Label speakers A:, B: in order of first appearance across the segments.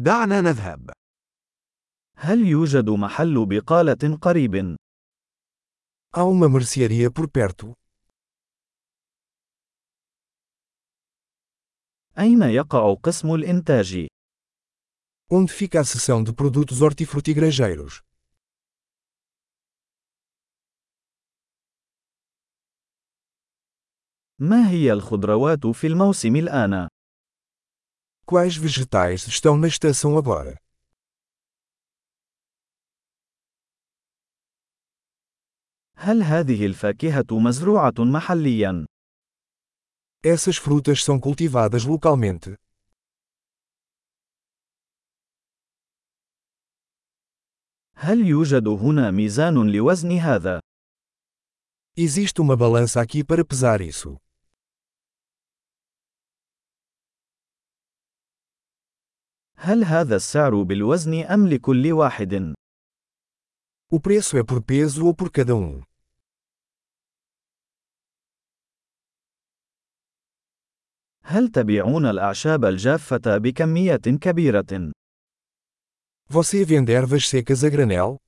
A: دعنا نذهب.
B: هل يوجد محل بقالة قريب؟
C: Há uma mercearia por perto.
B: أين يقع قسم الإنتاج؟
C: Onde fica a seção de produtos hortifrutigranjeiros?
B: ما هي الخضروات في الموسم الآن؟
C: Quais vegetais estão na estação agora?
B: هل هذه الفاكهة مزروعة محلياً؟
C: Essas frutas são cultivadas localmente.
B: هل يوجد هنا ميزان لوزن هذا؟
C: Existe uma balança aqui para pesar isso.
B: هل هذا السعر بالوزن أم لكل واحد؟
C: O preço é por peso ou por cada um?
B: هل تبيعون الأعشاب الجافة بكمية كبيرة؟
C: Você vende ervas secas a granel?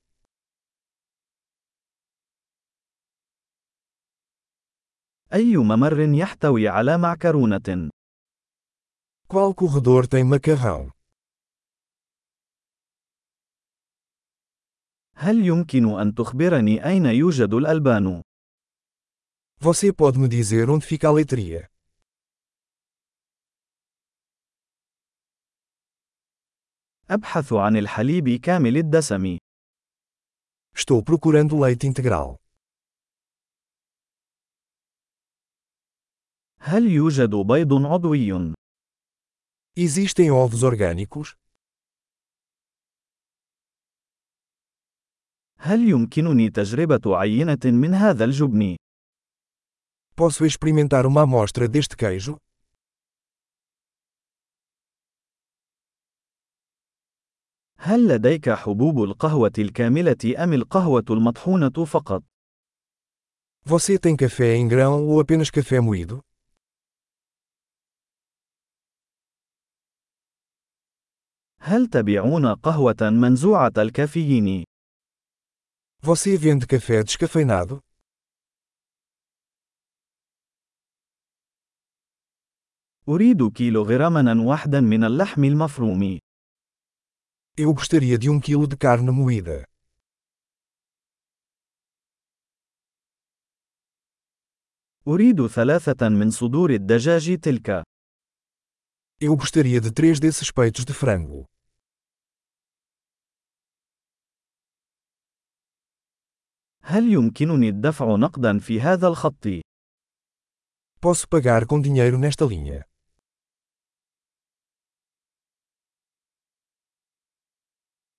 B: أي ممر يحتوي على معكرونة؟
C: Qual corredor tem macarrão?
B: هل يمكن أن تخبرني أين يوجد الألبان؟
C: Você pode me dizer onde fica a leitria?
B: أبحث عن الحليب كامل الدسم.
C: Estou procurando leite integral.
B: هل يوجد بيض عضوي؟
C: Existem ovos orgânicos?
B: هل يمكنني تجربة عينة من هذا الجبن؟
C: Posso experimentar uma amostra deste queijo?
B: هل لديك حبوب القهوة الكاملة أم القهوة المطحونة فقط؟
C: Você tem café em grão ou apenas café moído?
B: هل تبيعون قهوة منزوعة الكافيين؟
C: Você vende café descafeinado?
B: أريد كيلوغراما واحدا من اللحم المفروم.
C: Eu gostaria de um quilo de carne moída.
B: أريد ثلاثة من صدور الدجاج تلك.
C: Eu gostaria de três desses peitos de frango.
B: هل يمكنني الدفع نقدا في هذا الخط؟
C: Posso pagar com dinheiro nesta linha.